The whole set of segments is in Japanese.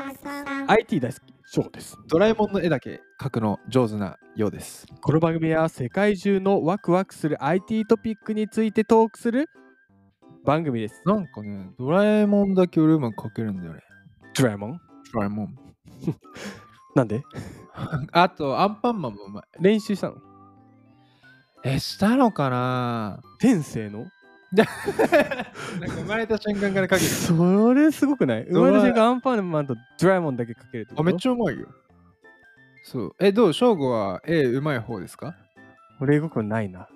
ん IT 大好き、翔です。ドラえもんの絵だけ描くの上手なようです。この番組は世界中のワクワクする IT トピックについてトークする番組です。なんかね、ドラえもんだけ俺も描けるんだよね。ドラえもんドラえもん。なんで あと、アンパンマンもうまい。練習したのえ、したのかな天性の なんか生まれた瞬間から 描ける。それすごくない生ドまラれた瞬間アンパンマンとドラえもんだけかけるってこあ、とめっちゃうまいよ。そう。え、どう翔吾は絵うまい方ですか俺英語圏ないな。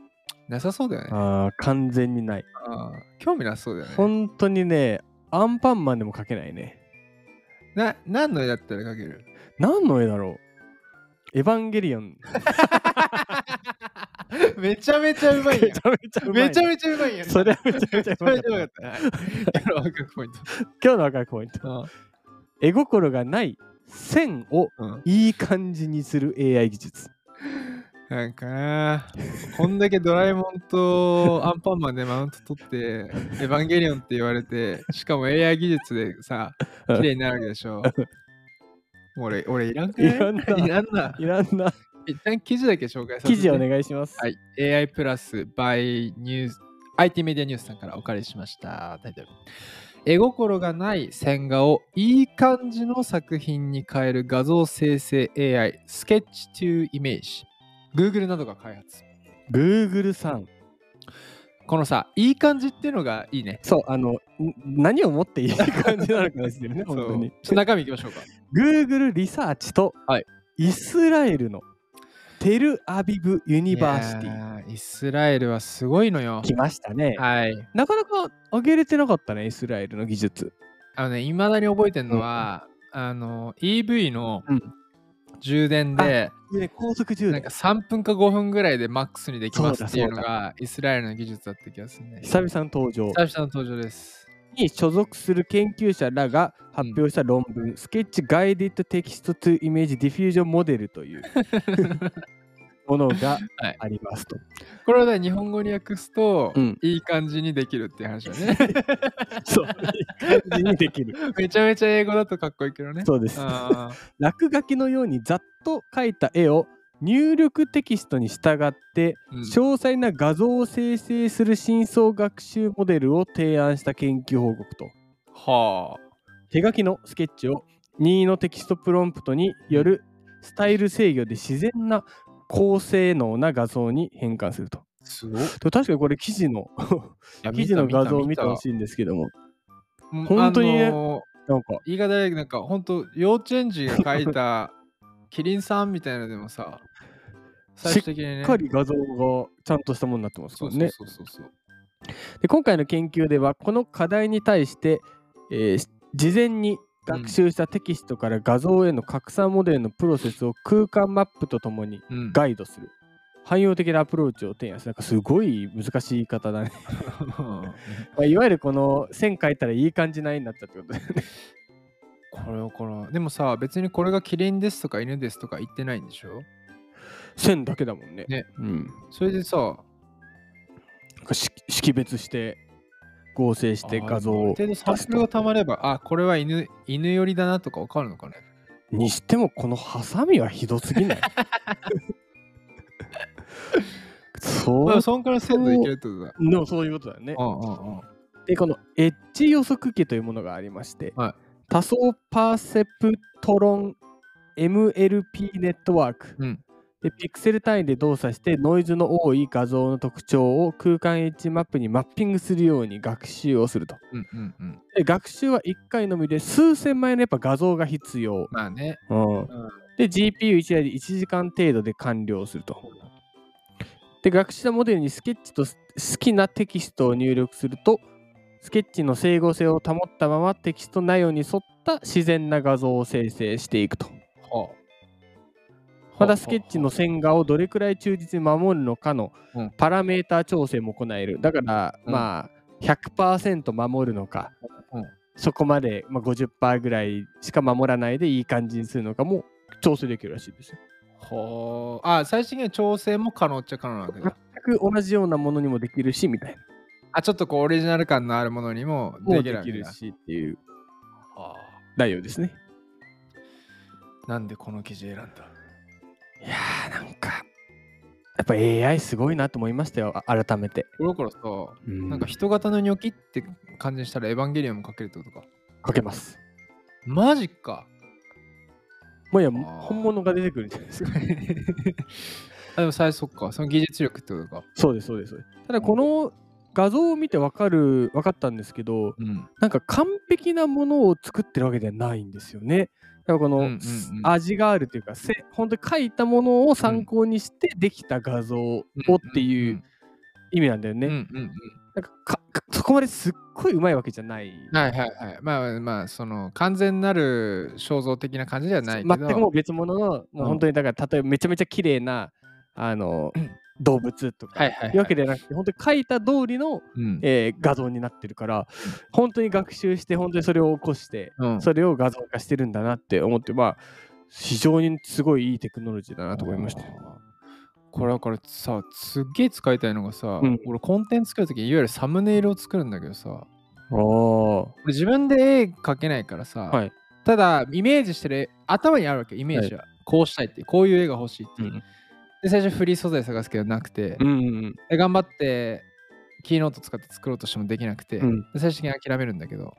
なさそうだよね。ああ、完全にない。あー興味なさそうだよね。本当にね、アンパンマンでもかけないね。な何の絵だったら描ける何の絵だろうエヴァンゲリオン。 めちゃめちゃうまい よめち。ゃめちゃうまいね めちゃめちゃうまいよね。それ はめちゃめめちちゃゃううままいい。めちゃめちゃうまかった。はい 今のワクワクポイント。今日の赤いポイント。あ絵心がない線をうんいい感じにする AI 技術。なんかな、こんだけドラえもんとアンパンマンでマウント取 って、エヴァンゲリオンって言われて、しかも AI 技術でさ、うん綺麗になるわけでし ょ。もう俺、俺いらんかいらんないらんな。いろんな一旦記事だけ紹介させて。記事お願いします。はい。AI プラス by ニュース IT メディアニュースさんからお借りしました。タイトル。絵心がない線画をいい感じの作品に変える画像生成 AI Sketch to Image。Google などが開発。 Google さん。このさ、いい感じっていうのがいいね。そう、あの、ん何をもっていい感じなのかです よね、本当にそうちょ。っと中身いきましょうか。 Google リサーチとはいイスラエルのテルアビブユニバーシテいィ。やーイスラエルはすごいのよ。来ましたね。はい。なかなか上げれてなかったね、イスラエルの技術。あのね、いまだに覚えてるのは、あの、EV のうん充電で、で高速 充な電んか。3分か5分ぐらいでマックスにできますっていうのそうだがイスラエルの技術だった気がするね。久々の登場久々の登場です。に所属する研究者らが発表した論文、スケッチガイデッドテキストトゥイメージディフュージョンモデルという ものがはいありますと。これはね、日本語に訳すと、うんいい感じにできるっていう話だね。 そう、いい感じにでき る。めちゃめちゃ英語だとかっこいいけどね。そうです。あー落書きのようにざっと描いた絵を入力テキストに従ってうん詳細な画像を生成する深層学習モデルを提案した研究報告とはあ。手書きのスケッチを任意のテキストプロンプトによるスタイル制御で自然な高性能な画像に変換すると。すごいでも確かにこれ記事の や記事の画像を見てほしいんですけども、うん本当にねあのなんかー、いい方でなんか本当幼稚園児が描いたキリンさんみたいなのでもさ、最終的にね。しっかり画像がちゃんとしたものになってますかそうらそうね。そうそうそう。で今回の研究ではこの課題に対して、えー事前に学習したテキストから画像への拡散モデルのプロセスを空間マップとともにうん、 ガイドする汎用的なアプローチを提案するなんかすごい難しい言い方だね、まあ、いわゆるこの線描いたらいい感じないになったってことだよねこれをこのでもさ別にこれがキリンですとか犬ですとか言ってないんでしょ線だけだもんねねうん、それでさなんかし識別して合成してあ画像あるを程出度すサンプルとがたまればあこれは犬犬寄りだなとかわかるのかねにしてもこのハサミはひどすぎないそまう あそんくらい鮮度いけるってことだでもそういうことだよねうんうんうんでこのエッジ予測器というものがありまして、はい多層パーセプトロン MLP ネットワーク、うんでピクセル単位で動作してノイズの多い画像の特徴を空間エッジマップにマッピングするように学習をするとうんうんうんで学習は1回のみで数千枚のやっぱ画像が必要、まあねで GPU1 台で1時間程度で完了するとで学習したモデルにスケッチとす好きなテキストを入力するとスケッチの整合性を保ったままテキスト内容に沿った自然な画像を生成していくとはあまたスケッチの線画をどれくらい忠実に守るのかのうんパラメータ調整も行えるだからうんまあ100%守るのかうんそこまでまあ50%ぐらいしか守らないでいい感じにするのかも調整できるらしいですよはああ最終的には調整も可能っちゃ可能なわけ だ全く同じようなものにもできるしみたいなあちょっとこうオリジナル感のあるものにももでうきでるわきけるだしっていうはあ内容ですね。なんでこの記事選んだいやーなんかやっぱ AI すごいなと思いましたよあ改めて、この頃さ、なんか人型のニョキって感じにしたらエヴァンゲリオンも書けるってことか。かけますマジか。もういやー本物が出てくるんじゃないです かあでも最速か。その技術力ってことか。そうですそうですそうですただこの画像を見てわかる分かったんですけどうん。なんか完璧なものを作ってるわけではないんですよねだからこの、うんうんうん味があるというかせ本当に書いたものを参考にしてできた画像をっていう意味なんだよね、うんうんうん。なんかかかそこまですっごいうまいわけじゃないはいはいはい。まあまあ、その完全なる肖像的な感じではないけど。全くもう別物の、うもんう本当にだから例えばめちゃめちゃ綺麗なあの、うん動物とか、はいいはい、はうわけではなくて本当に書いた通りの、うんえー画像になってるから本当に学習して本当にそれを起こしてうんそれを画像化してるんだなって思ってまあ非常にすごいいいテクノロジーだなと思いましたよ。これだからさ、すっげえ使いたいのがさ、うん俺コンテンツ作るとき、いわゆるサムネイルを作るんだけどさ、お俺自分で絵描けないからさ、はいただイメージしてる頭にあるわけ、イメージは。こうしたいっていう、こういう絵が欲しいってういう。んで、最初フリー素材探すけどなくて、うんで頑張って、キーノート使って作ろうとしてもできなくて、うんで最終的に諦めるんだけ ど、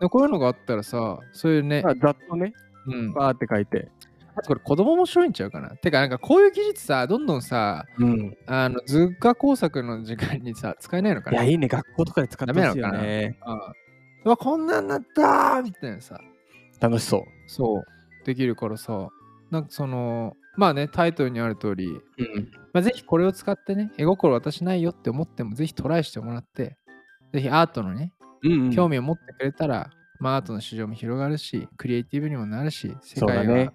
でこういうのがあったらさ、そういうね、まあざっとねうん、バーって書いて、あとこれ子供も面白いんちゃうかなてかなんかこういう技術さどんどんさうん、あの図画工作の時間にさ 使えないのかいなやいいね学校とかで使ってほしいよダメねああうわこんなんなったーみたいなさ楽しそう。そうできるからさなんかそのまあねタイトルにある通り、うんまあ、ぜひこれを使ってね絵心私ないよって思ってもぜひトライしてもらってぜひアートのねうんうん興味を持ってくれたら、まあアートの市場も広がるしクリエイティブにもなるし世そうだ界ねが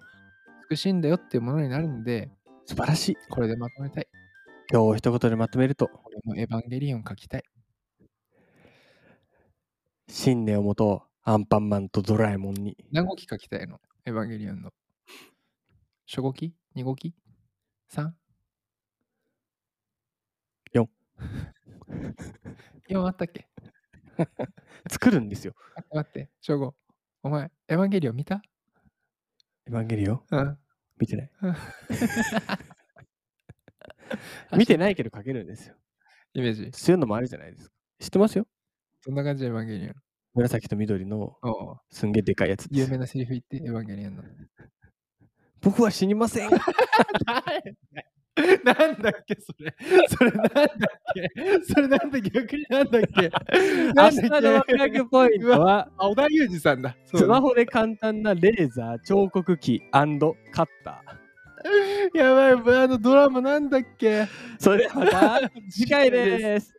美しいんだよっていうものになるんで、素晴らしい。これでまとめたい今日を一言でまとめると、俺もエヴァンゲリオン書きたい。信念をもとうアンパンマンとドラえもんに。何号機書きたいのエヴァンゲリオンの。初号機 ?2 号機 ?3? 四。 4あったっけ作るんですよ。待って待って、初号。お前、エヴァンゲリオン見たエヴァンゲリオンうん。見て ないうん。見てないけど書けるんですよ。イメージ。そういうのもあるじゃないですか。知ってますよそんな感じでエヴァンゲリ紫と緑のオン。おうすんげえでかいやつです有よ。名なセリフ言って、エヴァンゲリオンの。僕は死にませ ん なんだっけそれそれなんだっけそれなんだ逆になんだっけ明日のワクワクポイントは、 あ、小田裕二さんだ。スマホで簡単なレーザー、彫刻機カッター。 やばい、あのドラマなんだっけそれではまた次回です。